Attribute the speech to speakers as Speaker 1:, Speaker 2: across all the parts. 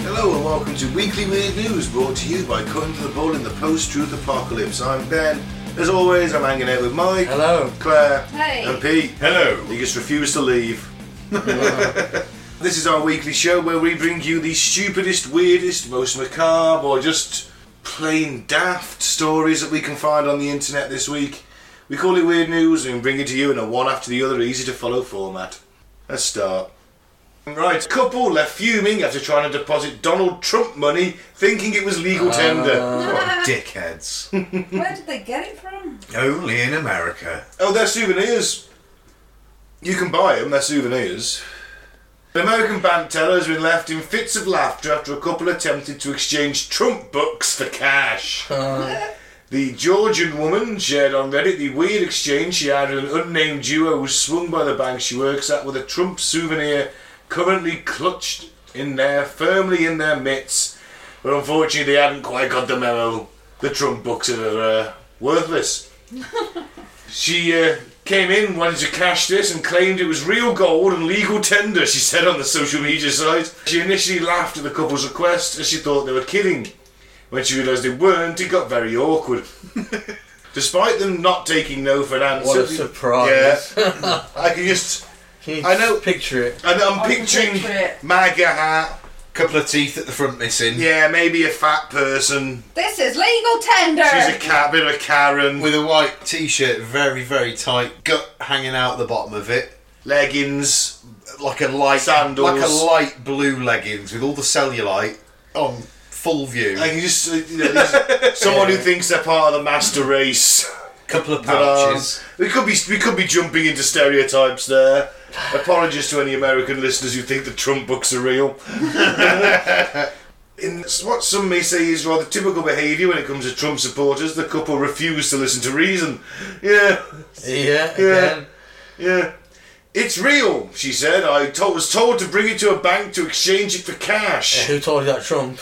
Speaker 1: welcome to Weekly Weird News, brought to you by Cutting to the Bull in the Post-Truth Apocalypse. I'm Ben. As always, I'm hanging out with Mike,
Speaker 2: Hello.
Speaker 1: Claire,
Speaker 3: Hey.
Speaker 1: and Pete.
Speaker 4: Hello.
Speaker 1: They just refuse to leave. this is our weekly show where we bring you the stupidest, weirdest, most macabre, or just plain daft stories that we can find on the internet this week. We call it Weird News and bring it to you in a one after the other, easy to follow format. Let's start. Right, couple left fuming after trying to deposit Donald Trump money, thinking it was legal tender.
Speaker 4: What dickheads.
Speaker 3: Where did they get it from?
Speaker 4: Only in America.
Speaker 1: Oh, they're souvenirs. You can buy them, they're souvenirs. An American bank teller has been left in fits of laughter after a couple attempted to exchange Trump bucks for cash. the Georgian woman shared on Reddit the weird exchange she had with an unnamed duo who was swung by the bank she works at with a Trump souvenir currently clutched in there, firmly in their mitts. But unfortunately, they hadn't quite got the memo. The Trump bucks are uh, worthless. She uh, came in, wanted to cash this, and claimed it was real gold and legal tender, she said on the social media site. She initially laughed at the couple's request as she thought they were kidding. When she realised they weren't, it got very awkward. Despite them not taking no for an answer.
Speaker 2: What a surprise.
Speaker 1: Yeah. I can just.
Speaker 2: Can you
Speaker 1: I know-
Speaker 2: just picture it.
Speaker 1: And I'm
Speaker 3: I can
Speaker 1: picturing
Speaker 3: picture it.
Speaker 1: MAGA hat.
Speaker 4: Couple of teeth at the front missing.
Speaker 1: Yeah, maybe a fat person.
Speaker 3: This is legal tender.
Speaker 1: She's a cat, bit of a Karen. With
Speaker 4: With a white t-shirt, very, very tight, gut hanging out the bottom of it.
Speaker 1: leggings.
Speaker 4: Like a light
Speaker 1: Sandals.
Speaker 4: like a light blue leggings with all the cellulite on full view.
Speaker 1: I can just. uh, You know, these- someone who thinks they're part of the master race.
Speaker 4: couple of
Speaker 1: But, um,
Speaker 4: pouches.
Speaker 1: we could be we could be jumping into stereotypes there. Apologies to any American listeners who think the Trump books are real. In what some may say is rather typical behaviour when it comes to Trump supporters, the couple refuse to listen to reason. Yeah,
Speaker 2: Yeah, again.
Speaker 1: yeah. It's real, she said. I to- was told to bring it to a bank to exchange it for cash.
Speaker 2: Who told you that Trump?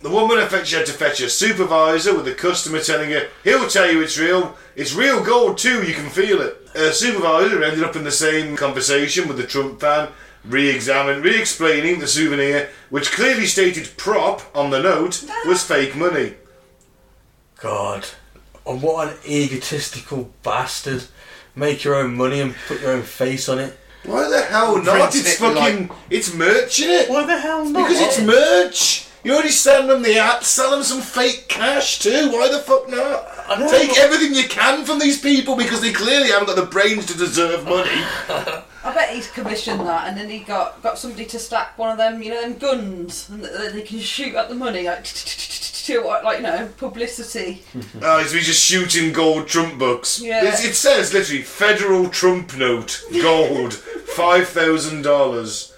Speaker 1: The woman effect- she had to fetch her supervisor with the customer telling her, he'll tell you it's real. It's real gold too, you can feel it. Her supervisor ended up in the same conversation with the Trump fan, re examining re explaining the souvenir, which clearly stated prop on the note was fake money.
Speaker 2: God. And what an egotistical bastard. Make your own money and put your own face on it.
Speaker 1: Why the hell not?
Speaker 4: Print
Speaker 1: It's
Speaker 4: it
Speaker 1: fucking. It's merch, in it?
Speaker 2: Why the hell not?
Speaker 1: Because it's merch! You already send them the app, sell them some fake cash too. Why the fuck
Speaker 2: I
Speaker 1: not?
Speaker 2: know,
Speaker 1: Take
Speaker 2: but-
Speaker 1: everything you can from these people because they clearly haven't got the brains to deserve money.
Speaker 3: I bet he's commissioned that, and then he got got somebody to stack one of them, you know, them guns, and th- that they can shoot at the money like to what, like you know, publicity.
Speaker 1: Oh, it's me just shooting gold Trump books.
Speaker 3: Yeah.
Speaker 1: It's- it says literally federal Trump note, gold, five thousand dollars.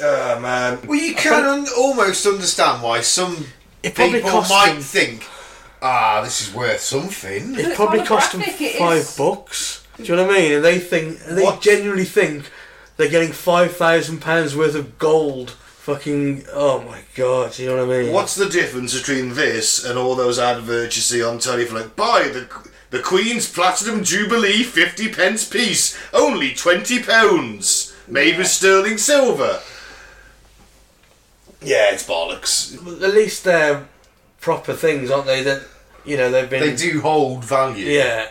Speaker 1: Oh man.
Speaker 4: Well, you can un- almost understand why some
Speaker 2: It probably
Speaker 4: people
Speaker 2: cost
Speaker 4: might
Speaker 2: them-
Speaker 4: think, ah, this is worth something.
Speaker 2: It probably cost them
Speaker 3: Pornographic it
Speaker 2: five
Speaker 3: is.
Speaker 2: bucks. Do you know what I mean? And they think, and they
Speaker 1: What?
Speaker 2: genuinely think they're getting five thousand pounds worth of gold. Fucking, oh my god! Do you know what I mean?
Speaker 1: What's the difference between this and all those adverts you see on telly for like buy the the Queen's Platinum Jubilee fifty pence piece, only twenty pounds, made with sterling silver. Yeah, it's bollocks.
Speaker 2: At least they're proper things, aren't they? That you know they've been.
Speaker 4: They do hold value,
Speaker 2: Yeah,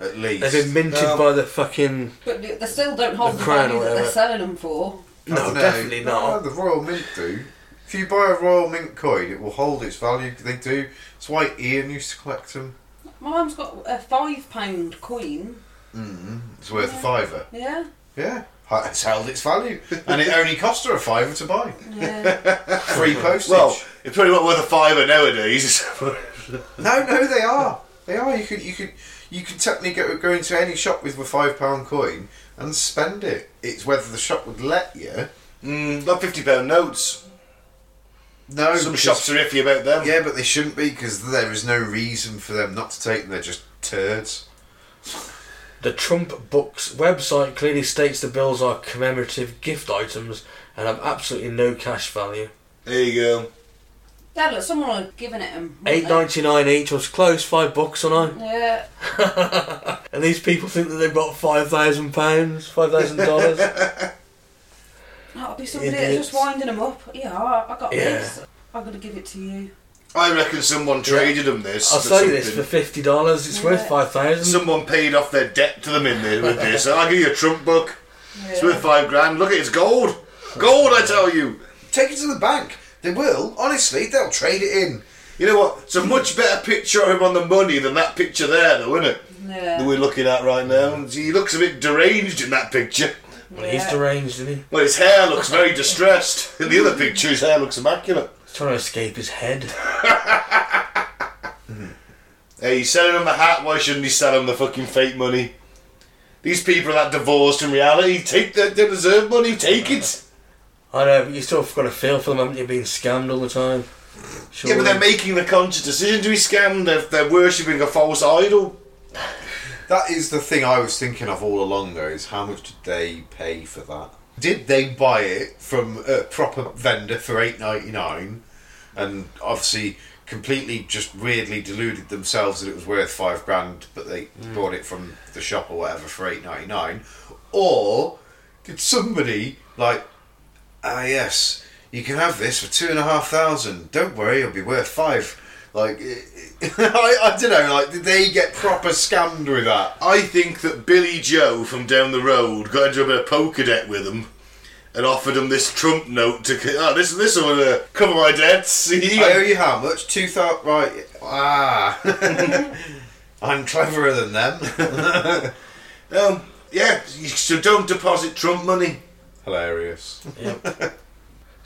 Speaker 4: at least.
Speaker 2: they've been minted
Speaker 1: Um,
Speaker 2: by the fucking.
Speaker 3: But they they still don't hold
Speaker 2: The
Speaker 3: the,
Speaker 2: crown
Speaker 3: value
Speaker 2: or
Speaker 3: that they're
Speaker 2: whatever.
Speaker 3: selling them for.
Speaker 4: I
Speaker 2: No,
Speaker 4: dunno.
Speaker 2: definitely
Speaker 4: No,
Speaker 2: not.
Speaker 4: the Royal Mint do. If you buy a Royal Mint coin, it will hold its value. They do. That's why Ian used to collect them.
Speaker 3: My mum's got a five pound coin.
Speaker 4: It's worth a fiver.
Speaker 3: Yeah,
Speaker 4: Yeah. It's held its value. And it only cost her a fiver to buy.
Speaker 3: yeah.
Speaker 4: Free postage.
Speaker 1: Well, it's probably not worth a fiver nowadays.
Speaker 4: no, no, they are. They are. You could, you could, you could technically go, go into any shop with a five pound coin and spend it. It's whether the shop would let you.
Speaker 1: Mm, not fifty pound notes.
Speaker 4: No,
Speaker 1: Some
Speaker 4: because-
Speaker 1: shops are iffy about them.
Speaker 4: Yeah, but they shouldn't be because there is no reason for them not to take them. They're just turds.
Speaker 2: The Trump Books website clearly states the bills are commemorative gift items and have absolutely no cash value.
Speaker 1: There you go.
Speaker 3: Dad, look, someone had given it him.
Speaker 2: Eight ninety nine each was close, five bucks on I.
Speaker 3: Yeah,
Speaker 2: And these people think that they've got five thousand pounds, five thousand dollars.
Speaker 3: That'll be somebody that's
Speaker 2: Idiots.
Speaker 3: just winding them up. Yeah, I, I got
Speaker 2: Yeah.
Speaker 3: this. I'm going to give it to you.
Speaker 1: I reckon someone traded them this.
Speaker 2: I'll
Speaker 1: for
Speaker 2: sell you this for
Speaker 1: something.
Speaker 2: fifty dollars. It's worth
Speaker 3: Yeah.
Speaker 2: five thousand.
Speaker 1: Someone paid off their debt to them in there with this. I'll give you a trump book. It's
Speaker 3: Yeah.
Speaker 1: worth five grand. Look, it's gold. Gold, I tell you.
Speaker 4: Take it to the bank. They will. Honestly, they'll trade it in.
Speaker 1: You know what? It's a much better picture of him on the money than that picture there, though, isn't it?
Speaker 3: Yeah.
Speaker 1: That we're looking at right now. He looks a bit deranged in that picture.
Speaker 2: Well, he's
Speaker 3: Yeah.
Speaker 2: deranged, isn't he?
Speaker 1: Well, his hair looks very distressed. In the other picture, his hair looks immaculate.
Speaker 2: He's trying to escape his head.
Speaker 1: Hey, he's selling him the hat. Why shouldn't he sell him the fucking fake money? These people are that divorced from reality. Take their, they deserve money. Take it.
Speaker 2: I know, but you still got to feel for them, haven't you? Being scammed all the time. Sure.
Speaker 1: Yeah, but they're making the conscious decision to be scammed. They're, they're worshipping a false idol.
Speaker 4: That is the thing I was thinking of all along, though, is how much did they pay for that? Did they buy it from a proper vendor for eight ninety nine, and obviously completely just weirdly deluded themselves that it was worth five grand, but they bought it from the shop or whatever for eight ninety nine, or did somebody like, ah yes, you can have this for two and a half thousand. Don't worry, it'll be worth five. Like, I, I don't know. Like, did they get proper scammed with that?
Speaker 1: I think that Billy Joe from down the road got into a bit of poker debt with him and offered him this Trump note to co- oh this this will uh, cover my debts. He-
Speaker 4: I owe you how much? Two thousand. Right. Ah. I'm cleverer than them.
Speaker 1: um, yeah, so don't deposit Trump money.
Speaker 4: Hilarious.
Speaker 2: Yep.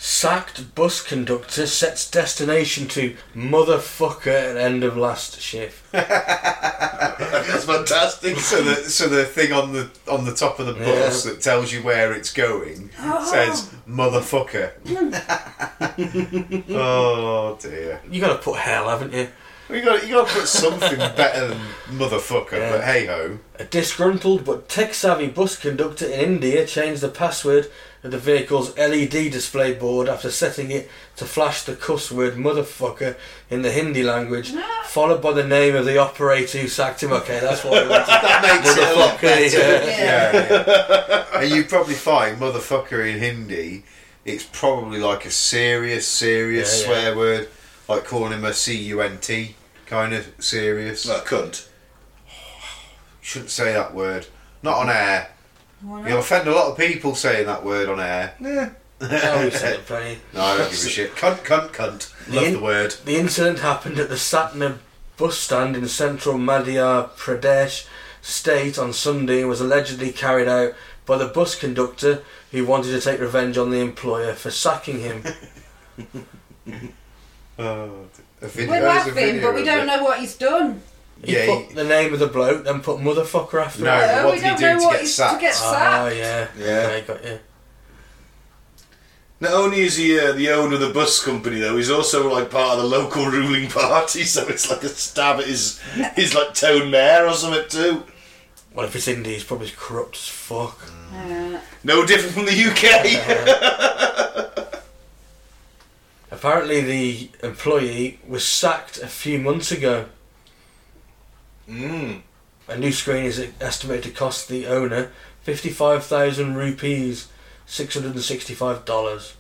Speaker 2: Sacked bus conductor sets destination to motherfucker at end of last shift.
Speaker 1: That's fantastic.
Speaker 4: So the so the thing on the on the top of the bus that tells you where it's going says motherfucker. oh dear.
Speaker 2: You got to put hell, haven't you?
Speaker 4: You got you got to put something better than motherfucker.
Speaker 2: Yeah.
Speaker 4: But hey ho.
Speaker 2: A disgruntled but tech-savvy bus conductor in India changed the password of the vehicle's LED display board after setting it to flash the cuss word motherfucker in the Hindi language, followed by the name of the operator who sacked him. Okay, that's what I wanted.
Speaker 4: That makes it a lot
Speaker 2: Motherfucker, yeah.
Speaker 3: Yeah.
Speaker 4: yeah. yeah. and you probably find motherfucker in Hindi, it's probably like a serious, serious
Speaker 2: Yeah, yeah.
Speaker 4: swear word, like calling him a C U N T, kind of serious.
Speaker 1: Oh, cunt.
Speaker 4: Shouldn't say that word. Not on air.
Speaker 3: Why
Speaker 4: You'll
Speaker 3: not?
Speaker 4: offend a lot of people saying that word on air.
Speaker 2: Oh, we said it, Penny.
Speaker 4: No, I don't give a shit. Cunt, cunt, cunt. Love
Speaker 2: In-
Speaker 4: the word.
Speaker 2: The incident happened at the Satna bus stand in central Madhya Pradesh state on Sunday and was allegedly carried out by the bus conductor who wanted to take revenge on the employer for sacking him.
Speaker 4: Oh, a video,
Speaker 3: We're
Speaker 4: there's a
Speaker 3: laughing,
Speaker 4: video
Speaker 3: but we
Speaker 4: of
Speaker 3: don't
Speaker 4: it.
Speaker 3: know what he's done.
Speaker 2: He
Speaker 4: Yeah,
Speaker 2: put
Speaker 4: he-
Speaker 2: the name of the bloke, then put motherfucker after
Speaker 4: No,
Speaker 2: it.
Speaker 4: but
Speaker 3: Uh,
Speaker 4: what
Speaker 3: we
Speaker 4: did he
Speaker 3: don't
Speaker 4: do
Speaker 3: know
Speaker 4: to
Speaker 3: what
Speaker 4: get
Speaker 3: he's
Speaker 4: sacked? Ah,
Speaker 3: to get
Speaker 2: Oh
Speaker 3: sacked.
Speaker 2: yeah,
Speaker 1: Yeah.
Speaker 2: Okay, got you.
Speaker 1: Not only is he uh, the owner of the bus company, though, he's also like part of the local ruling party. So it's like a stab at his his like town mayor or something too.
Speaker 2: Well, if it's Indy, he's probably corrupt as fuck.
Speaker 3: Yeah.
Speaker 1: No different from the UK.
Speaker 2: Apparently, the employee was sacked a few months ago.
Speaker 1: Mm.
Speaker 2: A new screen is estimated to cost the owner 55,000 rupees, $665.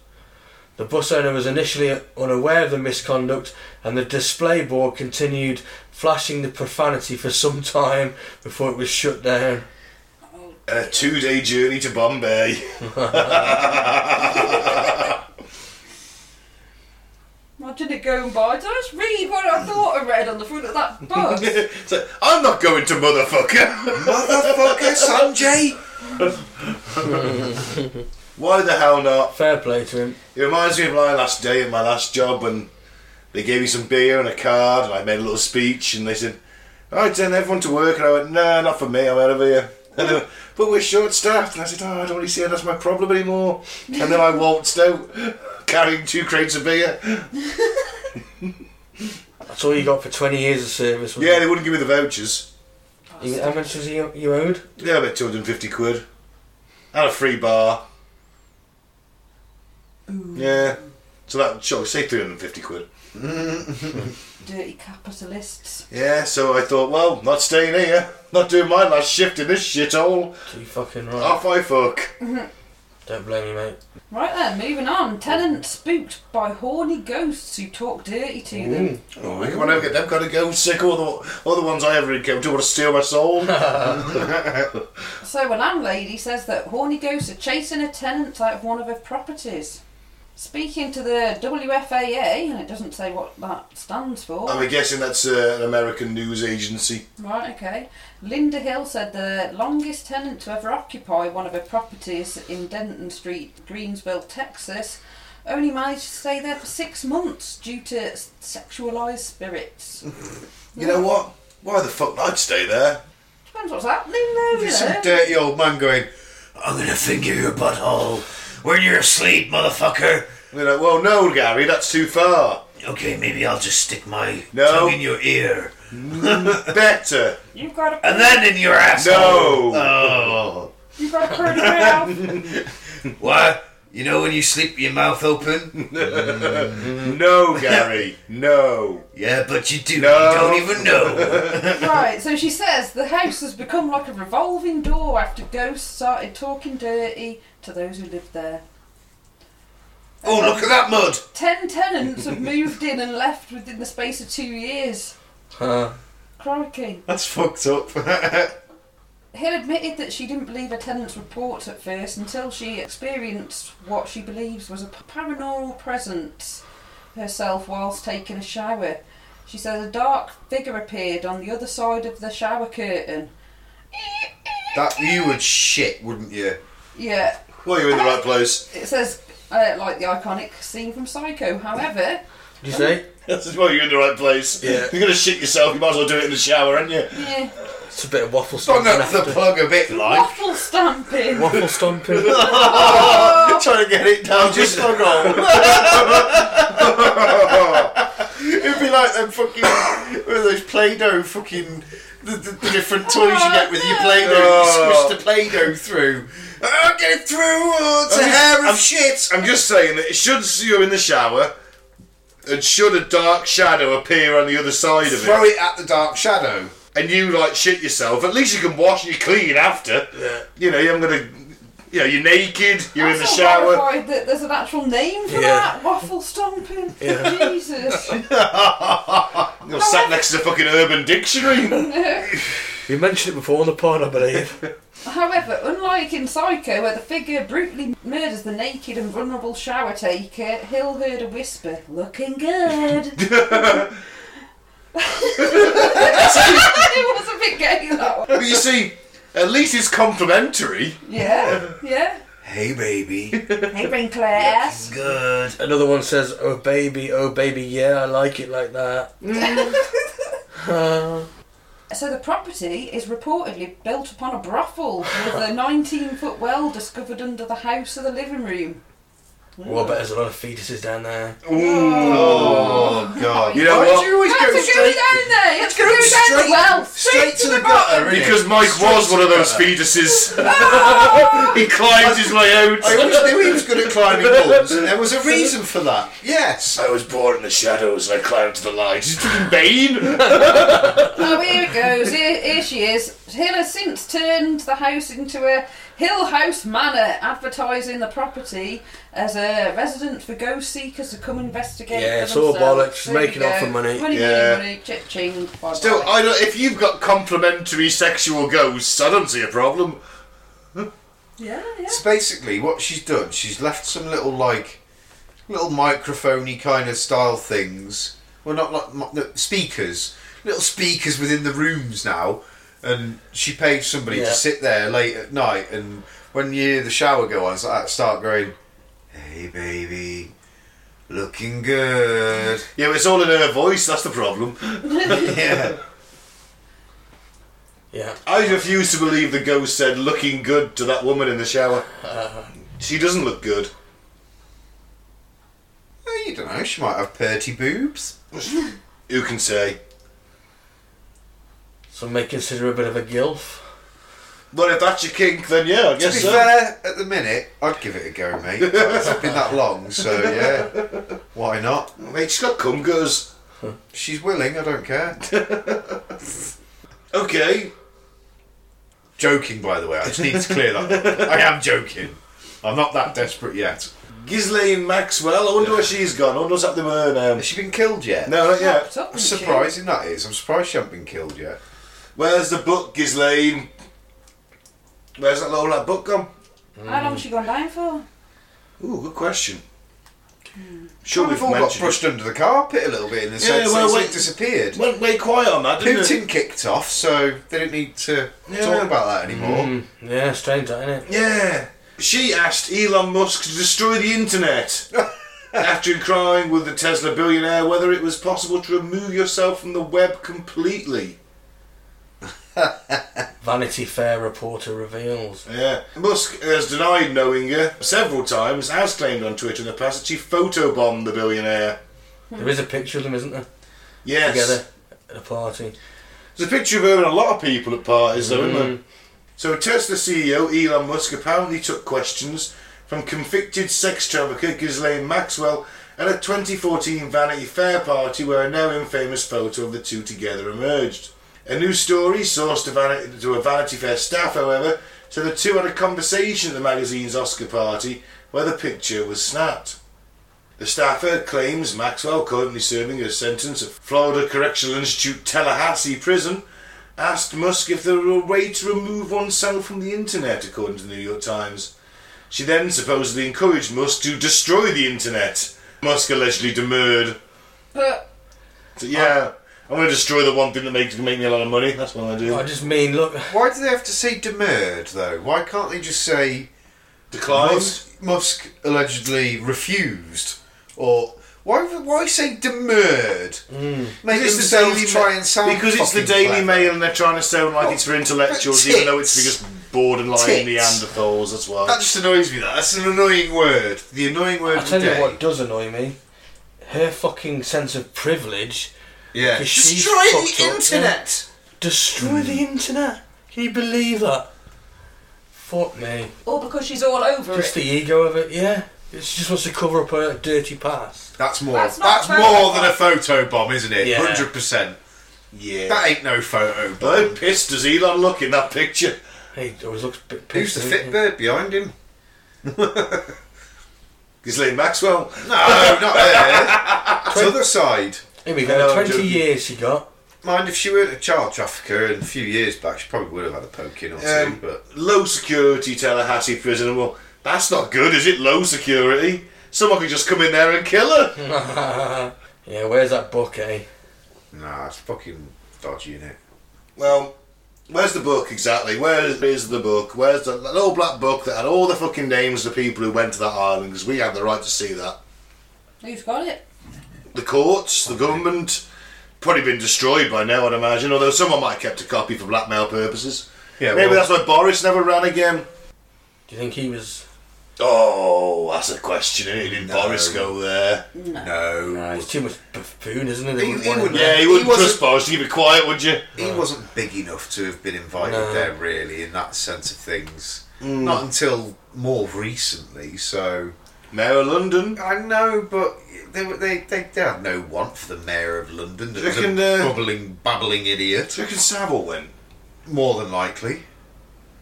Speaker 2: The bus owner was initially unaware of the misconduct, and the display board continued flashing the profanity for some time before it was shut down.
Speaker 1: A two day journey to Bombay.
Speaker 3: Imagine it going by. Did I just read what I thought I read on the front of that book?
Speaker 1: It's like, I'm not going to motherfucker.
Speaker 4: Motherfucker, Sanjay!
Speaker 1: Why the hell not?
Speaker 2: Fair play to him.
Speaker 1: It reminds me of my last day at my last job when they gave me some beer and a card and I made a little speech and they said, Alright then, everyone to work and I went, No, not for me, I'm out of here. And they went, But we're short staffed and I said, Oh, I don't really see how that's my problem anymore And then I waltzed out carrying two crates of beer.
Speaker 2: That's all you got for 20 years of service. wasn't
Speaker 1: Yeah,
Speaker 2: it?
Speaker 1: they wouldn't give me the vouchers.
Speaker 2: You- how much was he, you owed?
Speaker 1: Yeah, about two hundred and fifty quid. And a free bar. Yeah. So that sure say three hundred and fifty quid.
Speaker 3: Dirty capitalists.
Speaker 1: Yeah, so I thought, well, not staying here. Not doing my last shift in this shithole.
Speaker 2: Too fucking right.
Speaker 1: Off I fuck.
Speaker 2: Don't blame you, mate.
Speaker 3: Right then, moving on. Tenant spooked by horny ghosts who talk dirty to
Speaker 4: Hmm.
Speaker 3: them.
Speaker 1: Oh, I want to get them kind of ghosts sick. All the, all the ones I ever encounter want to steal my soul.
Speaker 3: So a landlady says that horny ghosts are chasing a tenant out of one of her properties. Speaking to the WFAA, and it doesn't say what that stands for.
Speaker 1: I'm guessing that's uh, an American news agency.
Speaker 3: Right, okay. Linda Hill said the longest tenant to ever occupy one of her properties in Denton Street, Greensville, Texas, only managed to stay there for six months due to s- sexualised spirits.
Speaker 1: You know what? Why the fuck would I stay there?
Speaker 3: Depends what's happening there, you
Speaker 4: There's some
Speaker 3: know.
Speaker 4: dirty old man going, I'm going to finger your butthole when you're asleep, motherfucker.
Speaker 1: You know, well, no, Gary, that's too far.
Speaker 4: Okay, maybe I'll just stick my
Speaker 1: No.
Speaker 4: tongue in your ear.
Speaker 1: Better.
Speaker 3: You've got a
Speaker 4: And then in your asshole.
Speaker 1: No.
Speaker 4: Oh.
Speaker 3: you've got a pretty mouth.
Speaker 4: What? You know when you sleep with your mouth open?
Speaker 1: No, Gary. No.
Speaker 4: Yeah, but you do.
Speaker 1: No.
Speaker 4: You don't even know.
Speaker 3: right, so she says the house has become like a revolving door after ghosts started talking dirty to those who lived there.
Speaker 4: oh, look at that mud.
Speaker 3: Ten tenants have moved in and left within the space of two years.
Speaker 2: Huh.
Speaker 3: Crikey.
Speaker 4: That's fucked up.
Speaker 3: Hill admitted that she didn't believe her tenant's reports at first until she experienced what she believes was a paranormal presence herself whilst taking a shower. She said a dark figure appeared on the other side of the shower curtain.
Speaker 4: that you would shit, wouldn't you?
Speaker 3: Yeah,
Speaker 1: Well, you're in the right place.
Speaker 3: it says uh, like the iconic scene from Psycho. However,
Speaker 2: Did you say?
Speaker 1: That's well, you're in the right place.
Speaker 2: Yeah.
Speaker 1: You're gonna shit yourself. You might as well do it in the shower, aren't you?
Speaker 3: yeah,
Speaker 2: It's a bit of waffle
Speaker 4: Bung
Speaker 2: stomping.
Speaker 4: up the
Speaker 2: After.
Speaker 4: plug a bit, like.
Speaker 3: waffle stamping.
Speaker 2: Waffle stomping.
Speaker 4: trying to get it down. Just hung on.
Speaker 1: It'd be like them fucking.
Speaker 4: those Play-Doh fucking. The, the, the different toys you get with your Play-Doh,
Speaker 1: Oh.
Speaker 4: you squish the Play-Doh through. Oh, get it through! Oh, it's a
Speaker 1: I'm just-
Speaker 4: hair of
Speaker 1: I'm-
Speaker 4: shit.
Speaker 1: I'm just saying that it should you're in the shower, and should a dark shadow appear on the other side of
Speaker 4: Throw
Speaker 1: it,
Speaker 4: it at the dark shadow.
Speaker 1: and you like shit yourself, at least you can wash and you clean after.
Speaker 2: Yeah.
Speaker 1: You know, you haven't gonna. You know, you're naked. You're in
Speaker 3: I'm
Speaker 1: the
Speaker 3: so
Speaker 1: shower.
Speaker 3: horrified that there's an actual name for
Speaker 2: Yeah.
Speaker 3: that waffle stomping. Jesus.
Speaker 1: I'm sat next to the fucking Urban Dictionary.
Speaker 2: You mentioned it before on the pod, I believe.
Speaker 3: However, unlike in Psycho, where the figure brutally murders the naked and vulnerable shower taker, Hill heard a whisper, "Looking good." it was a bit gay that one.
Speaker 1: but you see, at least it's complimentary.
Speaker 3: Yeah, yeah.
Speaker 4: Hey, baby.
Speaker 3: Hey, Ring class.
Speaker 4: Good.
Speaker 2: Another one says, "Oh baby, oh baby, yeah, I like it like that." Uh,
Speaker 3: So the property is reportedly built upon a brothel with a 19-foot well discovered under the house of the living room.
Speaker 2: well, I bet there's a lot of fetuses down there.
Speaker 4: Oh, God.
Speaker 1: You know
Speaker 4: Why
Speaker 1: what?
Speaker 4: do you always
Speaker 3: You have
Speaker 4: go
Speaker 3: to go
Speaker 4: straight...
Speaker 3: down there. You have to go down
Speaker 4: straight,
Speaker 3: the well.
Speaker 4: straight to the
Speaker 3: bottom.
Speaker 4: gutter.
Speaker 1: Because Mike
Speaker 4: Straight
Speaker 1: was
Speaker 4: to
Speaker 1: one of
Speaker 4: the
Speaker 1: those
Speaker 4: gutter.
Speaker 1: fetuses. he climbed his way
Speaker 4: I
Speaker 1: out.
Speaker 4: always knew he was good at climbing walls, and there was a reason for that. Yes.
Speaker 1: I was born in the shadows and I climbed to the light. He's fucking Bane.
Speaker 3: Oh, here it goes. Here, here she is. Hill has since turned the house into a Hill House Manor, advertising the property as a residence for ghost seekers to come investigate.
Speaker 2: Yeah,
Speaker 3: for
Speaker 2: it's all
Speaker 3: themselves.
Speaker 2: bollocks.
Speaker 3: There we
Speaker 2: Making
Speaker 3: go.
Speaker 2: up for money.
Speaker 3: Money,
Speaker 1: Yeah.
Speaker 3: money, money. Ching, bye
Speaker 1: Still,
Speaker 3: bye.
Speaker 1: I don't, if you've got complimentary sexual ghosts, I don't see a problem.
Speaker 3: Yeah, yeah.
Speaker 4: So basically, what she's done, she's left some little like little microphony kind of style things. Well, not like mo- no, speakers, little speakers within the rooms now, and she paid somebody
Speaker 2: Yeah.
Speaker 4: to sit there late at night, and when you hear the shower go on, it's like that, start going, "Hey, baby." Looking good.
Speaker 1: Yeah, but it's all in her voice, that's the problem.
Speaker 4: Yeah.
Speaker 2: Yeah,
Speaker 1: I refuse to believe the ghost said looking good to that woman in the shower. She doesn't look good.
Speaker 4: Well, you don't know, she might have perty boobs.
Speaker 1: Who can say?
Speaker 2: some may consider a bit of a gilf.
Speaker 1: Well, if that's your kink, then yeah, I
Speaker 4: To
Speaker 1: guess
Speaker 4: be
Speaker 1: so.
Speaker 4: fair, at the minute, I'd give it a go, mate. It's not been that long, so yeah. Why not?
Speaker 1: Mate, she's got cum gutters.
Speaker 4: She's willing, I don't care.
Speaker 1: Okay.
Speaker 4: joking, by the way, I just need to clear that up. I am joking. I'm not that desperate yet.
Speaker 1: Ghislaine Maxwell. I wonder where she's gone. I wonder what's happened to her now.
Speaker 4: Has she been killed yet?
Speaker 1: No, not yet.
Speaker 3: Wrapped up,
Speaker 4: How
Speaker 3: isn't she?
Speaker 4: surprising that is. I'm surprised she hasn't been killed yet.
Speaker 1: Where's the book, Ghislaine? Where's that little that book gone?
Speaker 3: How long's she gone down for?
Speaker 1: Ooh, good question. Sure,
Speaker 4: Sure,
Speaker 1: we've
Speaker 4: we've all got
Speaker 1: mentioned
Speaker 4: brushed under the carpet a little bit in the
Speaker 1: Yeah,
Speaker 4: sense
Speaker 1: well,
Speaker 4: that
Speaker 1: wait.
Speaker 4: it disappeared.
Speaker 1: Went way quiet on that, didn't
Speaker 4: Putin
Speaker 1: it?
Speaker 4: kicked off, so they didn't need to
Speaker 1: Yeah.
Speaker 4: talk about that anymore.
Speaker 2: Mm, yeah, strange, that, isn't it?
Speaker 1: Yeah. She asked Elon Musk to destroy the internet after inquiring with the Tesla billionaire whether it was possible to remove yourself from the web completely.
Speaker 2: Vanity Fair reporter reveals.
Speaker 1: Yeah. Musk has denied knowing her several times, has claimed on Twitter in the past that she photobombed the billionaire.
Speaker 2: There is a picture of them, isn't there?
Speaker 1: Yes.
Speaker 2: Together at a party.
Speaker 1: There's a picture of her and a lot of people at parties, though, isn't there? So Tesla CEO E Elon Musk apparently took questions from convicted sex trafficker Ghislaine Maxwell at a 2014 Vanity Fair party where a now infamous photo of the two together emerged. A new story, sourced to, Vanity, to a Vanity Fair staff, however, said the two had a conversation at the magazine's Oscar party where the picture was snapped. The staffer claims Maxwell, currently serving a sentence at Florida Correctional Institute Tallahassee Prison, asked Musk if there were a way to remove oneself from the internet, according to the New York Times. She then supposedly encouraged Musk to destroy the internet. Musk allegedly demurred.
Speaker 3: But
Speaker 1: So, yeah, I'm going to destroy the one thing that makes make me a lot of money. That's what I'm going
Speaker 2: I
Speaker 1: to do.
Speaker 2: just mean, look,
Speaker 4: Why do they have to say demurred though? Why can't they just say
Speaker 1: Declined.
Speaker 4: Musk, Musk allegedly refused or why why say demurred? Make
Speaker 1: Because it's the
Speaker 4: themselves
Speaker 1: Daily
Speaker 4: try
Speaker 1: Ma-
Speaker 4: and sound
Speaker 1: because it's the
Speaker 4: fucking
Speaker 1: Daily
Speaker 4: clever.
Speaker 1: Mail and they're trying to sound like
Speaker 4: Well,
Speaker 1: it's for intellectuals,
Speaker 4: but
Speaker 1: even though it's for
Speaker 4: tits.
Speaker 1: just borderline
Speaker 4: Tits.
Speaker 1: Neanderthals. That's why.
Speaker 4: That just annoys me. That that's an annoying word. The annoying word
Speaker 2: I'll tell
Speaker 4: of the
Speaker 2: you
Speaker 4: day.
Speaker 2: what does annoy me. Her fucking sense of privilege.
Speaker 4: Yeah. Hmm.
Speaker 2: Because she
Speaker 4: Destroy the
Speaker 2: fucked up, yeah.
Speaker 4: internet.
Speaker 2: Destroy the internet. Can you believe that? Fuck me.
Speaker 3: all because she's all over
Speaker 2: Just
Speaker 3: it.
Speaker 2: the ego of it, yeah. She just wants to cover up her dirty past.
Speaker 4: That's more.
Speaker 3: That's
Speaker 4: That's,
Speaker 3: not a
Speaker 4: more
Speaker 3: photobomb.
Speaker 4: than a photo bomb, isn't it?
Speaker 2: Yeah.
Speaker 4: Hundred percent.
Speaker 1: yeah.
Speaker 4: That ain't no photo bomb.
Speaker 1: How pissed does Elon look in that picture?
Speaker 2: Hey, it always looks a bit pissed.
Speaker 4: Who's the
Speaker 2: doesn't
Speaker 4: fit
Speaker 2: it?
Speaker 4: bird behind him?
Speaker 1: Ghislaine Maxwell.
Speaker 4: No, not there. It's other side.
Speaker 2: Here we
Speaker 1: No,
Speaker 2: go.
Speaker 1: I'm
Speaker 2: 20
Speaker 1: joking.
Speaker 2: years she got.
Speaker 4: Mind if she weren't a child trafficker and a few years back, she probably would have had a poking or two.
Speaker 1: Um,
Speaker 4: but
Speaker 1: Low security Tallahassee prison. Well, that's not good, is it? Low security. Someone could just come in there and kill her.
Speaker 2: Yeah, where's that book, eh?
Speaker 4: nah, it's fucking dodgy, innit?
Speaker 1: Well, where's the book exactly? Where is the book? Where's the that little black book that had all the fucking names of the people who went to that island? Because we had the right to see that.
Speaker 3: Who's got it?
Speaker 1: The courts, the government, probably been destroyed by now, I'd imagine. Although someone might have kept a copy for blackmail purposes.
Speaker 4: Yeah,
Speaker 1: Maybe
Speaker 4: well-
Speaker 1: that's why Boris never ran again.
Speaker 2: Do you think he was.
Speaker 1: Oh, that's a question. Isn't it? Did
Speaker 4: No.
Speaker 1: Boris go there?
Speaker 4: No.
Speaker 2: He's too much buffoon, isn't he? They
Speaker 4: He-
Speaker 2: wouldn't
Speaker 4: he
Speaker 2: want him
Speaker 4: wouldn't-
Speaker 2: there.
Speaker 1: Yeah,
Speaker 4: He
Speaker 1: you wouldn't
Speaker 4: wasn't-
Speaker 1: trust Boris. Keep it quiet, would you?
Speaker 4: He wasn't big enough to have been invited
Speaker 2: No.
Speaker 4: there, really, in that sense of things. Not until more recently, so.
Speaker 1: Mayor of London.
Speaker 4: I know, but they, were- they, they, they had no want for the Mayor of London. That was a
Speaker 1: Reckon, uh,
Speaker 4: bubbling, babbling idiot.
Speaker 1: Do you reckon Savile went?
Speaker 4: More than likely.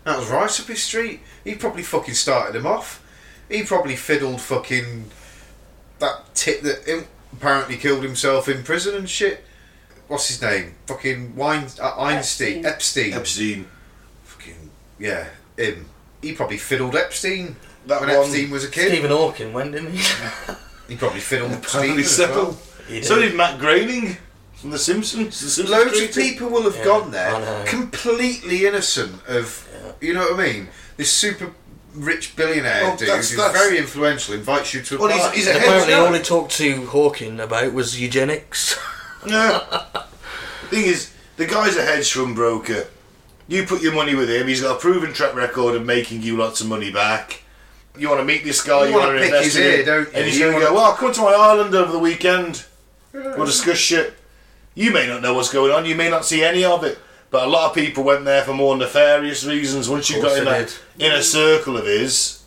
Speaker 4: That was right up his street. He probably fucking started him off. He probably fiddled fucking that tit that im- apparently killed himself in prison and shit. What's his name? Fucking Wein- uh,
Speaker 3: Epstein.
Speaker 4: Einstein. Epstein.
Speaker 1: Epstein.
Speaker 4: Fucking, yeah, him. He probably fiddled Epstein
Speaker 1: That
Speaker 4: when
Speaker 1: one-
Speaker 4: Epstein was a kid.
Speaker 2: Stephen Hawking went, didn't he?
Speaker 4: He probably fiddled Epstein.
Speaker 1: Apparently
Speaker 4: as well.
Speaker 1: Savile.
Speaker 2: He
Speaker 1: So
Speaker 2: did.
Speaker 1: did Matt Groening from The Simpsons. The Simpsons
Speaker 4: Loads of
Speaker 1: treated-
Speaker 4: people will have
Speaker 2: Yeah,
Speaker 4: gone
Speaker 2: I know.
Speaker 4: there completely innocent of, you know what I mean? This super rich billionaire
Speaker 1: Well,
Speaker 4: dude
Speaker 1: that's-
Speaker 4: who's
Speaker 1: that's-
Speaker 4: very influential invites you to a
Speaker 1: Well, he's-
Speaker 4: party.
Speaker 1: he's a-
Speaker 2: Apparently,
Speaker 1: heads
Speaker 2: all he
Speaker 1: down.
Speaker 2: talked to Hawking about was eugenics.
Speaker 1: Yeah. Thing is, the guy's a hedge fund broker. You put your money with him. He's got a proven track record of making you lots of money back. You want to meet this guy.
Speaker 4: You
Speaker 1: You,
Speaker 4: wanna
Speaker 1: want to
Speaker 4: pick
Speaker 1: invest
Speaker 4: his
Speaker 1: in
Speaker 4: ear,
Speaker 1: him,
Speaker 4: don't
Speaker 1: And
Speaker 4: you?
Speaker 1: he's
Speaker 4: You
Speaker 1: going to
Speaker 4: wanna-
Speaker 1: go. Well, come to my island over the weekend. We'll discuss shit. You may not know what's going on. You may not see any of it. But a lot of people went there for more nefarious reasons. Once you
Speaker 2: course
Speaker 1: got in
Speaker 2: they
Speaker 1: that inner circle of his,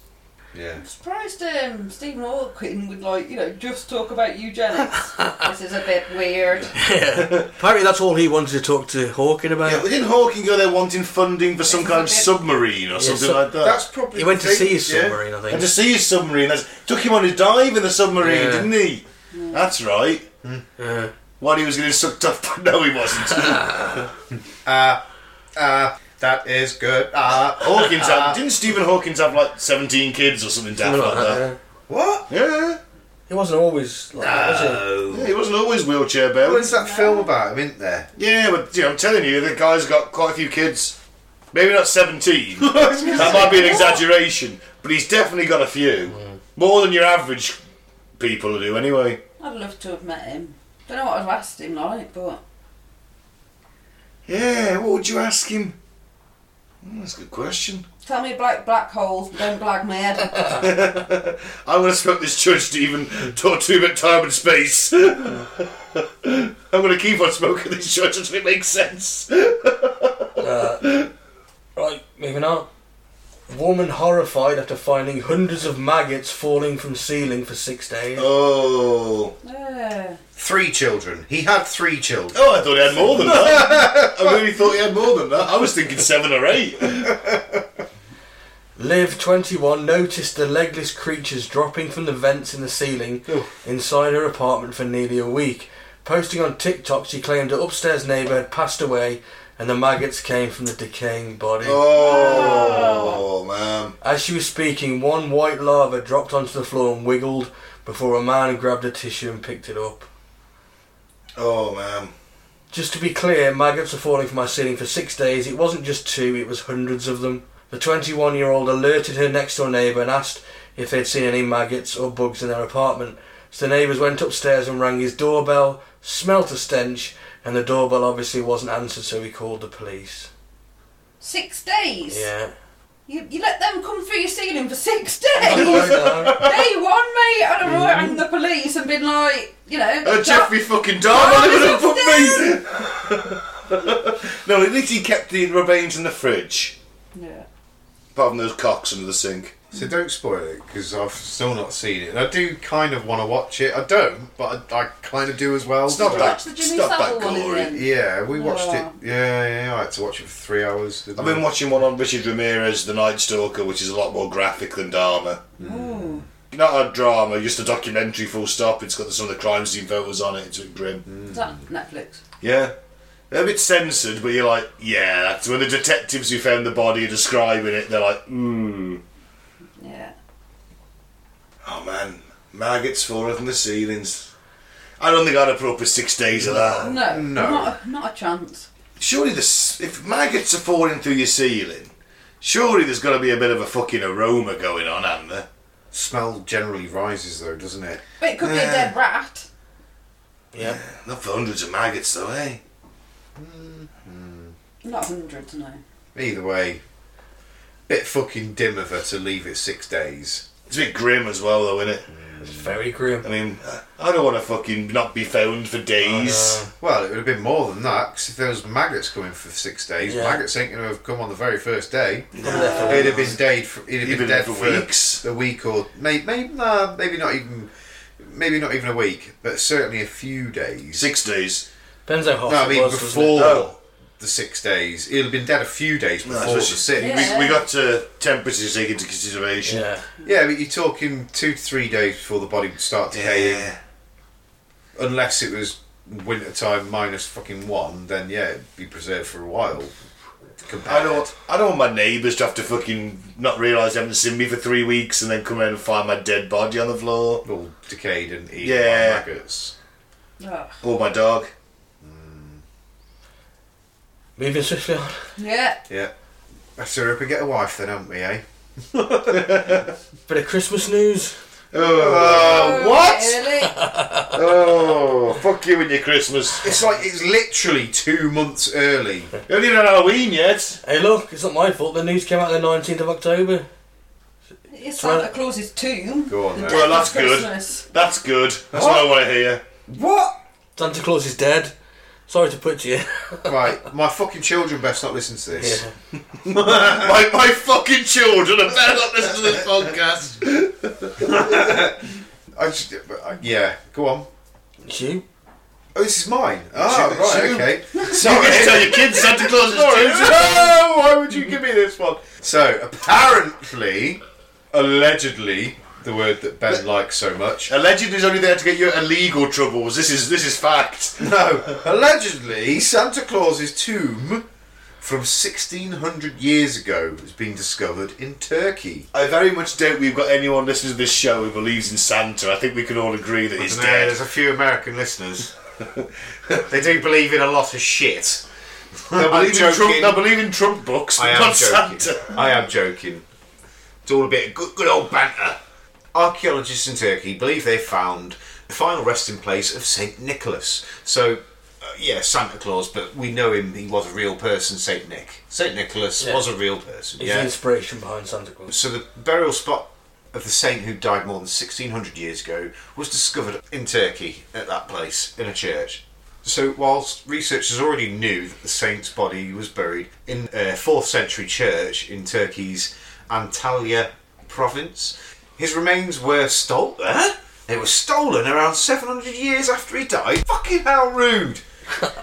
Speaker 4: Yeah.
Speaker 3: I'm surprised um, Stephen Hawking would like you know just talk about eugenics. this is a bit weird.
Speaker 2: Apparently, that's all he wanted to talk to Hawking about.
Speaker 1: Yeah, but didn't Hawking go there wanting funding for some kind of submarine or
Speaker 2: Yeah,
Speaker 1: something
Speaker 2: so-
Speaker 1: like that?
Speaker 4: That's probably.
Speaker 2: he went to
Speaker 4: the thing,
Speaker 2: see his
Speaker 4: yeah.
Speaker 2: submarine, I
Speaker 1: and
Speaker 2: think.
Speaker 1: to see his submarine, that's, took him on a dive in the submarine,
Speaker 2: Yeah.
Speaker 1: didn't he? That's right.
Speaker 2: Yeah.
Speaker 1: While he was getting sucked up, but no, he wasn't.
Speaker 4: Uh, uh, that is good. Uh,
Speaker 1: Hawkins had, didn't Stephen Hawkins have like 17 kids or something daft
Speaker 2: Something
Speaker 1: like
Speaker 2: like that,
Speaker 1: that?
Speaker 2: yeah.
Speaker 4: what?
Speaker 1: Yeah,
Speaker 2: He wasn't always like that, was
Speaker 1: yeah, he wasn't always wheelchair bound.
Speaker 4: What's that film about him, isn't there?
Speaker 1: Yeah, but you know, I'm telling you, the guy's got quite a few kids. Maybe not 17. that might be an exaggeration, but he's definitely got a few. More than your average people do, anyway.
Speaker 3: I'd love to have met him. Don't know what I'd have asked him like, but
Speaker 1: Yeah, what would you ask him? Hmm, that's a good question.
Speaker 3: tell me black black holes. Don't black my head.
Speaker 1: I want to smoke this church to even talk to you about time and space. I'm going to keep on smoking this church until it makes sense.
Speaker 2: it? Right, moving on. Woman horrified after finding hundreds of maggots falling from ceiling for six days.
Speaker 1: Oh.
Speaker 3: yeah.
Speaker 4: Three children. He had three children.
Speaker 1: Oh, I thought he had more than that. I really thought he had more than that. I was thinking seven or eight.
Speaker 2: Liv, 21, noticed the legless creatures dropping from the vents in the ceiling inside her apartment for nearly a week. Posting on TikTok, she claimed her upstairs neighbour had passed away and the maggots came from the decaying body.
Speaker 1: Oh, man.
Speaker 2: As she was speaking, one white larva dropped onto the floor and wiggled before a man grabbed a tissue and picked it up.
Speaker 1: Oh, man.
Speaker 2: Just to be clear, maggots are falling from my ceiling for six days. It wasn't just two, it was hundreds of them. The 21 year old alerted her next door neighbour and asked if they'd seen any maggots or bugs in their apartment. So the neighbours went upstairs and rang his doorbell, smelt a stench, and the doorbell obviously wasn't answered, so he called the police.
Speaker 3: Six days.
Speaker 2: Yeah.
Speaker 3: You, you let them come through your ceiling for six days.
Speaker 2: Right,
Speaker 3: Day one, mate. I'd have rang the police and been like, you know.
Speaker 1: Oh,
Speaker 3: that-
Speaker 1: Jeffrey fucking Dahmer
Speaker 3: Dahmer's
Speaker 1: living up with me! no, at least he kept the remains in the fridge.
Speaker 3: Yeah.
Speaker 1: Apart from those cocks under the sink.
Speaker 4: So don't spoil it because I've still not seen it. And I do kind of want to watch it. I don't, but I, I kind of do as well.
Speaker 1: It's not
Speaker 4: But-
Speaker 1: that,
Speaker 3: Watch the
Speaker 1: it's
Speaker 3: Jimmy
Speaker 1: not that
Speaker 3: Savile one in
Speaker 1: gory.
Speaker 3: the end.
Speaker 4: Yeah, we
Speaker 3: Oh,
Speaker 4: watched
Speaker 3: wow.
Speaker 4: it. Yeah, yeah, yeah, I had to watch it for three hours. didn't
Speaker 1: I've been
Speaker 4: I?
Speaker 1: watching one on Richard Ramirez, The Night Stalker, which is a lot more graphic than Dharma.
Speaker 3: Ooh.
Speaker 1: Not a drama, just a documentary, full stop. It's got some of the crime scene photos on it. It's a bit grim.
Speaker 3: Is that Netflix?
Speaker 1: Yeah. They're a bit censored, but you're like, yeah, that's when the detectives who found the body are describing it, they're like, mmm.
Speaker 3: Yeah.
Speaker 1: Oh man, maggots falling from the ceilings. I don't think I'd have put up with six days of that.
Speaker 3: No.
Speaker 4: No.
Speaker 3: Not a, not a chance.
Speaker 1: Surely this, if maggots are falling through your ceiling, surely there's got to be a bit of a fucking aroma going on, hasn't there?
Speaker 4: Smell generally rises though, doesn't it?
Speaker 3: But it could be a
Speaker 1: Yeah.
Speaker 3: dead rat.
Speaker 2: yeah.
Speaker 1: Not for hundreds of maggots though, eh?
Speaker 3: Not hundreds, no.
Speaker 4: Either way, bit fucking dim of her to leave it six days.
Speaker 1: It's a bit grim as well though, isn't it?
Speaker 2: It's very grim.
Speaker 1: I mean, I don't want to fucking not be found for days.
Speaker 4: Well, it would have been more than that because if there was maggots coming for six days,
Speaker 2: Yeah.
Speaker 4: maggots ain't going to have come on the very first day.
Speaker 2: Yeah.
Speaker 4: It'd have been dead. For, it'd have
Speaker 1: You've been
Speaker 4: been dead
Speaker 1: for
Speaker 4: for
Speaker 1: weeks.
Speaker 4: a week or maybe, maybe, nah, maybe not even, maybe not even a week, but certainly a few days.
Speaker 1: Six days.
Speaker 2: Depends how hot
Speaker 4: No, I
Speaker 2: it
Speaker 4: mean
Speaker 2: was, doesn't it?
Speaker 4: before
Speaker 1: Oh.
Speaker 4: the six days. It'll have been dead a few days
Speaker 1: No, that's
Speaker 4: before
Speaker 1: what
Speaker 4: the
Speaker 1: she-
Speaker 4: six.
Speaker 3: Yeah.
Speaker 1: We, we got to temperature to take into consideration.
Speaker 2: Yeah.
Speaker 4: Yeah, but you're talking two to three days before the body would start decaying.
Speaker 1: Yeah.
Speaker 4: Unless it was winter time minus fucking one, then yeah, it'd be preserved for a while.
Speaker 1: I
Speaker 4: Compared.
Speaker 1: don't. I don't want my neighbours to have to fucking not realise they haven't seen me for three weeks and then come around and find my dead body on the floor
Speaker 4: all decayed and eaten
Speaker 1: Yeah.
Speaker 4: by maggots.
Speaker 3: Ugh.
Speaker 1: or my dog.
Speaker 2: Moving swiftly on.
Speaker 3: Yeah.
Speaker 4: Yeah. Better up and get a wife then, haven't we, eh?
Speaker 2: Bit of Christmas news.
Speaker 1: Oh, what?
Speaker 3: Really?
Speaker 1: Oh, fuck you and your Christmas.
Speaker 4: It's like it's literally two months early.
Speaker 1: You haven't even had Halloween yet.
Speaker 2: Hey, look, it's not my fault. The news came out the 19th of October.
Speaker 3: It's Santa Claus's tomb.
Speaker 4: Go on
Speaker 3: The
Speaker 4: then.
Speaker 3: day
Speaker 1: Well, that's
Speaker 3: of
Speaker 1: good.
Speaker 3: Christmas.
Speaker 1: That's good. That's what, I want to hear.
Speaker 4: What?
Speaker 2: Santa Claus is dead. Sorry to put to you.
Speaker 4: Right, my fucking children best not listen to this.
Speaker 2: Yeah.
Speaker 1: My, my fucking children are better not listen to this podcast.
Speaker 4: I just, uh, yeah, go on.
Speaker 2: It's you.
Speaker 4: Oh, this is mine. Ah,
Speaker 1: you-
Speaker 4: right,
Speaker 1: you-
Speaker 4: okay.
Speaker 1: You
Speaker 4: Sorry.
Speaker 1: can tell your kids Santa Claus is
Speaker 4: Sorry.
Speaker 1: too.
Speaker 4: No, why would you give me this one? So apparently, allegedly, the word that Ben likes so much.
Speaker 1: Allegedly, is only there to get you out of legal troubles. This is this is fact.
Speaker 4: No, allegedly, Santa Claus's tomb from 1600 years ago has been discovered in Turkey.
Speaker 1: I very much doubt we've got anyone listening to this show who believes in Santa. I think we can all agree that he's
Speaker 4: Isn't there?
Speaker 1: dead.
Speaker 4: There's a few American listeners. they do believe in a lot of shit.
Speaker 1: They'll
Speaker 4: I'm
Speaker 1: believe, in Trump,
Speaker 4: joking.
Speaker 1: they'll believe in Trump books, but
Speaker 4: I am
Speaker 1: not
Speaker 4: joking.
Speaker 1: Santa.
Speaker 4: I am joking. It's all a bit of good, good old banter. Archaeologists in Turkey believe they found the final resting place of Saint Nicholas. So, uh, yeah, Santa Claus, but we know him. He was a real person, Saint Nick. Saint Nicholas
Speaker 2: Yeah.
Speaker 4: was a real
Speaker 2: It's
Speaker 4: person.
Speaker 2: the
Speaker 4: yeah.
Speaker 2: inspiration behind Santa Claus.
Speaker 4: So the burial spot of the saint who died more than 1600 years ago was discovered in Turkey at that place in a church. So whilst researchers already knew that the saint's body was buried in a 4th century church in Turkey's Antalya province, his remains were stolen. They were stolen around 700 years after he died. Fucking how rude!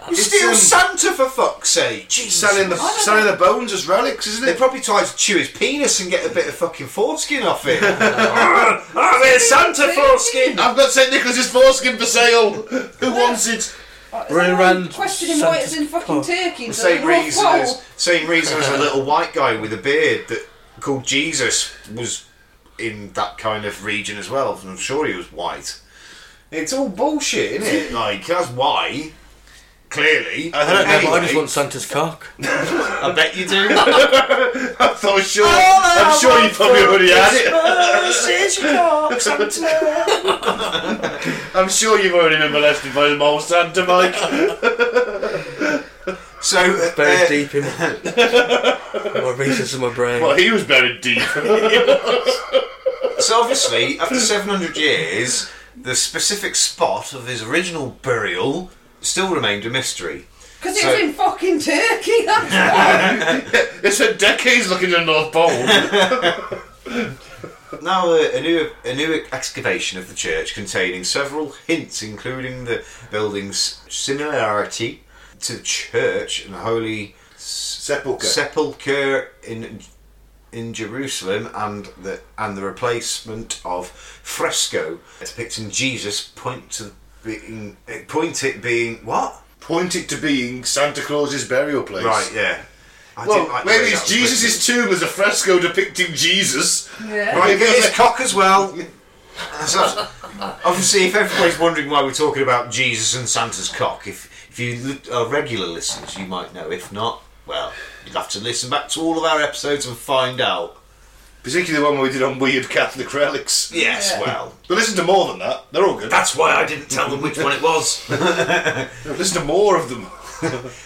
Speaker 4: You steal
Speaker 1: um,
Speaker 4: Santa for fuck's sake! Jesus.
Speaker 1: Selling the
Speaker 3: I don't
Speaker 1: selling
Speaker 3: know.
Speaker 1: the bones as relics, isn't
Speaker 4: They
Speaker 1: it?
Speaker 4: probably tried to chew his penis and get a bit of fucking foreskin off it. oh, there's Santa foreskin!
Speaker 1: I've got St Nicholas's foreskin for sale. Who wants it?
Speaker 2: Running around
Speaker 3: questioning why it's in
Speaker 2: Santa's
Speaker 3: fucking
Speaker 2: car.
Speaker 3: Turkey.
Speaker 4: The
Speaker 3: The
Speaker 4: same
Speaker 3: North
Speaker 4: reason
Speaker 3: Pole.
Speaker 4: as same reason as a little white guy with a beard that called Jesus was in that kind of region as well. I'm sure he was white. It's all bullshit, isn't it? Like that's why. Clearly,
Speaker 1: I don't know,
Speaker 2: Yeah, but I just
Speaker 4: Anyway,
Speaker 2: want Santa's cock.
Speaker 4: I bet you do.
Speaker 1: I thought sure. I'm sure you probably already had it. I'm sure you've already been molested by the mole Santa, Mike.
Speaker 4: So, uh,
Speaker 2: Buried
Speaker 4: uh,
Speaker 2: deep in my, my recess of my brain.
Speaker 1: well, he was buried deep.
Speaker 4: So obviously, after 700 years, the specific spot of his original burial still remained a mystery.
Speaker 3: Because
Speaker 4: So-
Speaker 3: it was in fucking Turkey, that's why.
Speaker 1: it said decades looking at the North Pole.
Speaker 4: Now, uh, a new a new excavation of the church containing several hints, including the building's similarity to the church and the holy
Speaker 1: Sepulchre.
Speaker 4: sepulchre in in Jerusalem and the and the replacement of fresco depicting Jesus point to being point it being what
Speaker 1: Point it to being Santa Claus's burial place.
Speaker 4: Right, yeah. I
Speaker 1: Well,
Speaker 4: didn't like the way
Speaker 1: maybe
Speaker 4: that
Speaker 1: it's
Speaker 4: was
Speaker 1: Jesus' tomb as a fresco depicting Jesus.
Speaker 3: Yeah.
Speaker 4: written. Right, get his cock as well. So, obviously, if everybody's wondering why we're talking about Jesus and Santa's cock, if if you li- are regular listeners, you might know. If not, well, you'll have to listen back to all of our episodes and find out.
Speaker 1: Particularly the one we did on weird Catholic relics.
Speaker 4: Yes,
Speaker 3: Yeah.
Speaker 4: well,
Speaker 1: But listen to more than that. They're all good.
Speaker 4: that's why I didn't tell them which one it was.
Speaker 1: Listen to more of them.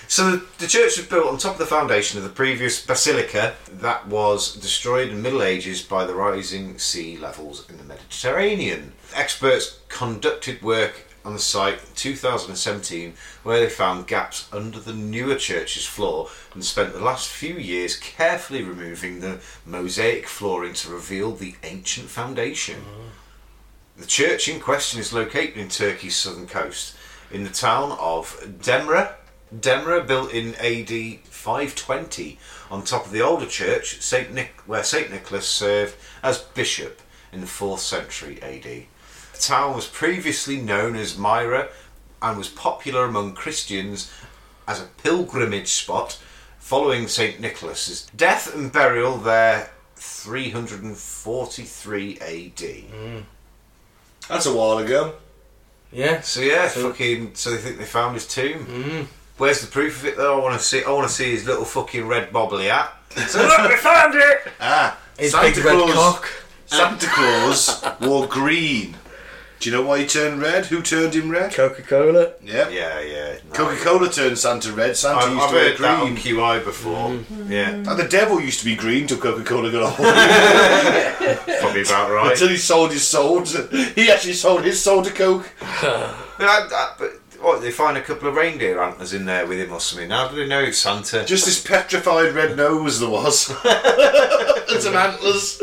Speaker 4: So the, the church was built on top of the foundation of the previous basilica that was destroyed in the Middle Ages by the rising sea levels in the Mediterranean. Experts conducted work on the site in 2017 where they found gaps under the newer church's floor and spent the last few years carefully removing the mosaic flooring to reveal the ancient foundation. The church in question is located in Turkey's southern coast, in the town of Demre. Demre, built in AD 520, on top of the older church, Saint Nic- where Saint Nicholas served as bishop in the 4th century AD. The town was previously known as Myra and was popular among Christians as a pilgrimage spot following Saint Nicholas's death and burial there 343 AD.
Speaker 1: That's a while ago.
Speaker 2: Yeah.
Speaker 4: So yeah,
Speaker 2: So-
Speaker 4: fucking. So they think they found his tomb.
Speaker 1: Hmm.
Speaker 4: Mm. Where's the proof of it though? I want to see. I want to see his little fucking red bobbly hat. So look, we found it.
Speaker 1: Ah,
Speaker 2: His
Speaker 1: Santa
Speaker 2: big red
Speaker 1: Claus.
Speaker 2: cock.
Speaker 1: Santa Claus wore green. Do you know why he turned red? Who turned him red?
Speaker 2: Coca Cola.
Speaker 1: Yeah.
Speaker 4: Yeah, yeah. no.
Speaker 1: Coca Cola turned Santa red. Santa
Speaker 4: I've,
Speaker 1: used
Speaker 4: I've
Speaker 1: to wear
Speaker 4: heard that on
Speaker 1: green. Hmm.
Speaker 4: QI before. Yeah,
Speaker 1: And the devil used to be green till Coca Cola got a hold of him.
Speaker 4: probably about right.
Speaker 1: Until he sold his soul. To, he actually sold his soul to Coke.
Speaker 4: but, I, I, but what? They find a couple of reindeer antlers in there with him or something. How do they know it's Santa?
Speaker 1: Just this petrified red nose there was. and some antlers.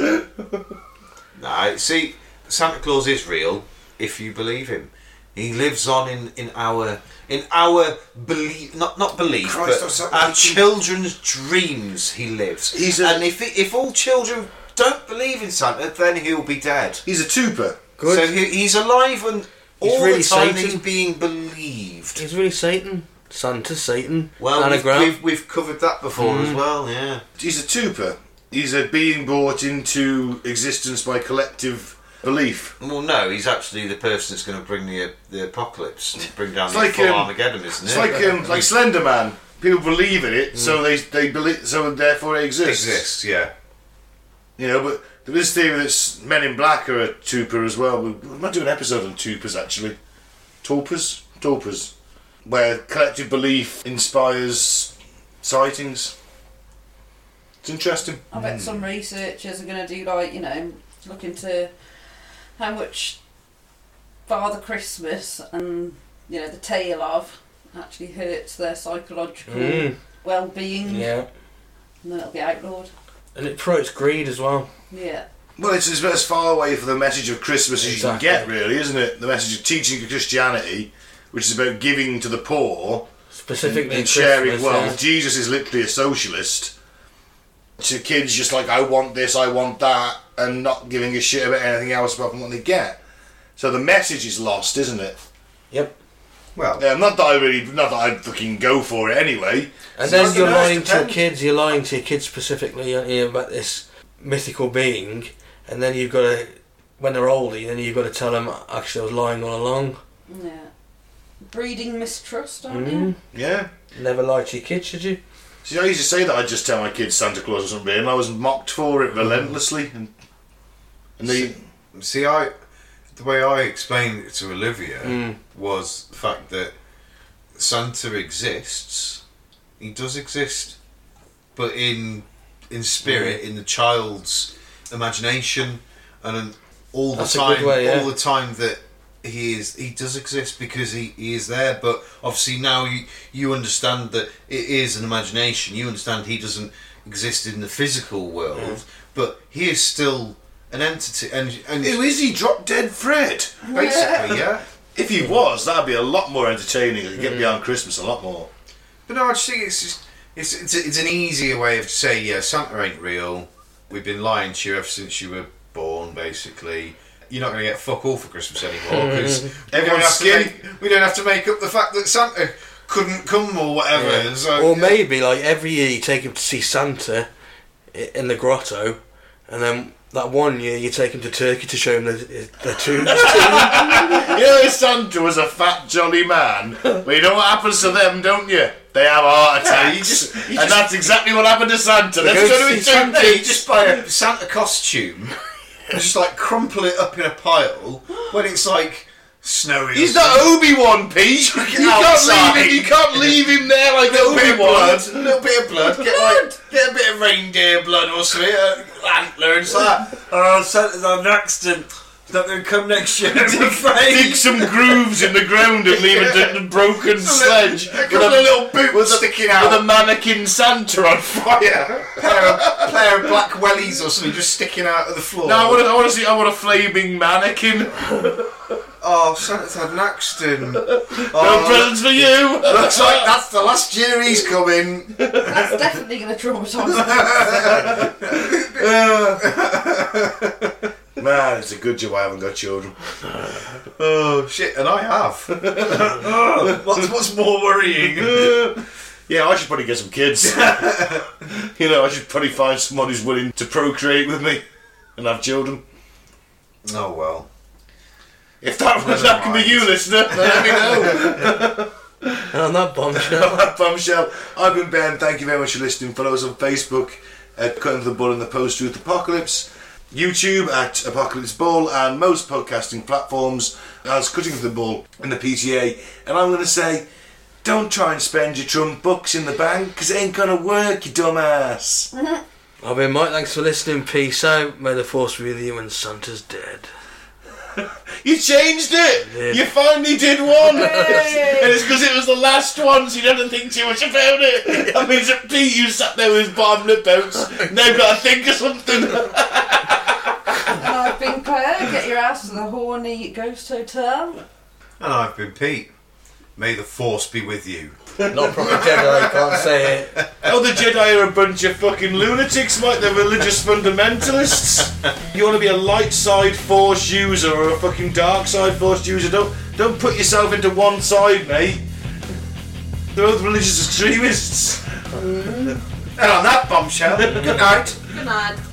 Speaker 4: No, see, Santa Claus is real if you believe him. He lives on in, in our in our belief, not not belief,
Speaker 1: Christ, I'm so-
Speaker 4: but our children's dreams. He lives,
Speaker 1: He's a-
Speaker 4: and if he, if all children don't believe in Santa, then he'll be dead.
Speaker 1: He's a tuber.
Speaker 2: Good.
Speaker 4: So he, he's alive and all
Speaker 2: really
Speaker 4: the time
Speaker 2: Satan.
Speaker 4: he's being believed.
Speaker 2: He's really Satan. Santa Satan.
Speaker 4: Well, we've,
Speaker 2: anagram.
Speaker 4: we've, we've covered that before as well. Yeah,
Speaker 1: He's a tuber. He's a being brought into existence by collective belief.
Speaker 4: Well, no, he's actually the person that's going to bring the uh, the apocalypse and bring down
Speaker 1: It's
Speaker 4: the
Speaker 1: like,
Speaker 4: full
Speaker 1: um,
Speaker 4: Armageddon, isn't
Speaker 1: It's
Speaker 4: it?
Speaker 1: like um,
Speaker 4: It
Speaker 1: like Slender Man. People believe in it, so they they believe, so therefore it exists.
Speaker 4: exists, yeah.
Speaker 1: You know, but there is theory that Men in Black are a tuber as well. We, we might do an episode on tupers actually. Tulpas, tulpas, where collective belief inspires sightings. It's interesting.
Speaker 3: I bet some researchers are going to do like you know look into how much Father Christmas and you know the tale of actually hurts their psychological
Speaker 2: Mm.
Speaker 3: well-being.
Speaker 2: Yeah.
Speaker 3: and then it'll be outlawed.
Speaker 2: And it promotes greed as well.
Speaker 3: Yeah,
Speaker 1: Well, it's as, as far away from the message of Christmas as
Speaker 2: Exactly.
Speaker 1: you can get, really, isn't it? The message of teaching Christianity, which is about giving to the poor
Speaker 2: Specifically
Speaker 1: and
Speaker 2: at
Speaker 1: sharing
Speaker 2: Christmas,
Speaker 1: wealth.
Speaker 2: yeah.
Speaker 1: Jesus is literally a socialist. To kids, just like I want this, I want that, and not giving a shit about anything else apart from what they get. So the message is lost, isn't it?
Speaker 2: Yep.
Speaker 4: Well,
Speaker 1: Yeah, not that I really, not that I fucking go for it anyway.
Speaker 2: And
Speaker 1: So
Speaker 2: then
Speaker 1: nothing
Speaker 2: you're
Speaker 1: else
Speaker 2: lying to your
Speaker 1: depends.
Speaker 2: kids. You're lying to your kids specifically aren't you, about this mythical being, and then you've got to, when they're older, then you've got to tell them actually I was lying all along.
Speaker 3: yeah. Breeding mistrust, aren't
Speaker 2: Mm.
Speaker 3: you?
Speaker 1: Yeah.
Speaker 2: Never lie to your kids, should you?
Speaker 1: See, I used to say that I'd just tell my kids Santa Claus wasn't real, and I was mocked for it relentlessly. And, and they,
Speaker 4: see, I the way I explained it to Olivia
Speaker 2: Hmm.
Speaker 4: was the fact that Santa exists. He does exist, but in in spirit,
Speaker 2: Hmm.
Speaker 4: in the child's imagination, and in all the
Speaker 2: That's a good
Speaker 4: time,
Speaker 2: way, yeah.
Speaker 4: all the time that he is, he does exist because he, he is there. But obviously now you you understand that it is an imagination. You understand he doesn't exist in the physical world, but he is still an entity. And and
Speaker 1: who is he? Drop dead Fred.
Speaker 4: basically, yeah.
Speaker 1: If he was, that'd be a lot more entertaining. It'd get beyond Christmas a lot more.
Speaker 4: But no, I just think it's just it's it's, it's an easier way of saying yeah, Santa ain't real. We've been lying to you ever since you were born, basically. You're not going to get fuck all for Christmas anymore because everyone
Speaker 1: Everyone's
Speaker 4: has to
Speaker 1: skin.
Speaker 4: make, we don't have to make up the fact that Santa couldn't come or whatever. So,
Speaker 2: or maybe like every year you take him to see Santa i- in the grotto, and then that one year you take him to Turkey to show him the, the tombs.
Speaker 1: You know, Santa was a fat, jolly man. Well, you know what happens to them, don't you? They have heart attacks.
Speaker 4: you just- you
Speaker 1: and
Speaker 4: just-
Speaker 1: that's exactly what happened to Santa. Let's
Speaker 2: go
Speaker 1: go to
Speaker 2: see
Speaker 1: his tomb.
Speaker 2: Santa,
Speaker 1: day.
Speaker 4: you just buy a Santa costume and just like crumple it up in a pile when it's like snowy. or
Speaker 1: He's not
Speaker 4: something.
Speaker 1: Obi Wan, Pete. You can't
Speaker 4: outside.
Speaker 1: leave him. You can't leave him there like
Speaker 4: bit
Speaker 1: Obi
Speaker 4: of
Speaker 1: Wan.
Speaker 4: blood, a little bit of blood, get like get a bit of reindeer blood or something, uh, antler and stuff.
Speaker 5: Oh, Santa's had an accident. He's not going to come next year, I'm afraid.
Speaker 1: Dig some grooves in the ground and leave a d- broken sledge
Speaker 4: A couple of little boots sticking out,
Speaker 1: with a mannequin Santa on fire.
Speaker 4: yeah, pair of, pair of black wellies or something just sticking out of the floor.
Speaker 1: No, I want to. I want to see. I want a flaming mannequin.
Speaker 4: Oh, Santa's had an accident.
Speaker 1: No
Speaker 4: Oh,
Speaker 1: presents for you.
Speaker 4: looks like that's the last year he's coming.
Speaker 3: That's definitely going to traumatise.
Speaker 1: Man, it's a good job I haven't got children.
Speaker 4: Oh shit, and I have.
Speaker 5: what's, what's more worrying?
Speaker 1: Yeah, I should probably get some kids. you know, I should probably find someone who's willing to procreate with me and have children.
Speaker 4: Oh well.
Speaker 1: If that, if that can be you, listener, then let me know.
Speaker 2: and on that bombshell,
Speaker 1: Bombshell. I've been Ben. Thank you very much for listening. Follow us on Facebook at Cutting the Bull and the Post Truth Apocalypse, YouTube at Apocalypse Bull, and most podcasting platforms as Cutting the Bull and the PTA. And I'm going to say, don't try and spend your Trump bucks in the bank because it ain't going to work, you dumbass.
Speaker 2: I've been Mike. Thanks for listening. Peace out. May the force be with you. And Santa's dead.
Speaker 1: You changed it.
Speaker 2: did.
Speaker 1: You finally did one,
Speaker 3: Yay.
Speaker 1: and it's because it was the last one, so you didn't think too much about it. That means that Pete, you sat there with his bottom lip out. Now you've got to think of something.
Speaker 3: and I've been podcast, The Horny Ghost Hotel.
Speaker 4: And I've been Pete. May the force be with you.
Speaker 2: Not proper Jedi, can't say it.
Speaker 1: Oh, the Jedi are a bunch of fucking lunatics, mate. They're religious fundamentalists. You want to be a light side force user or a fucking dark side force user? Don't don't put yourself into one side, mate. They're all religious extremists.
Speaker 4: And on that bombshell, good night.
Speaker 3: Good night.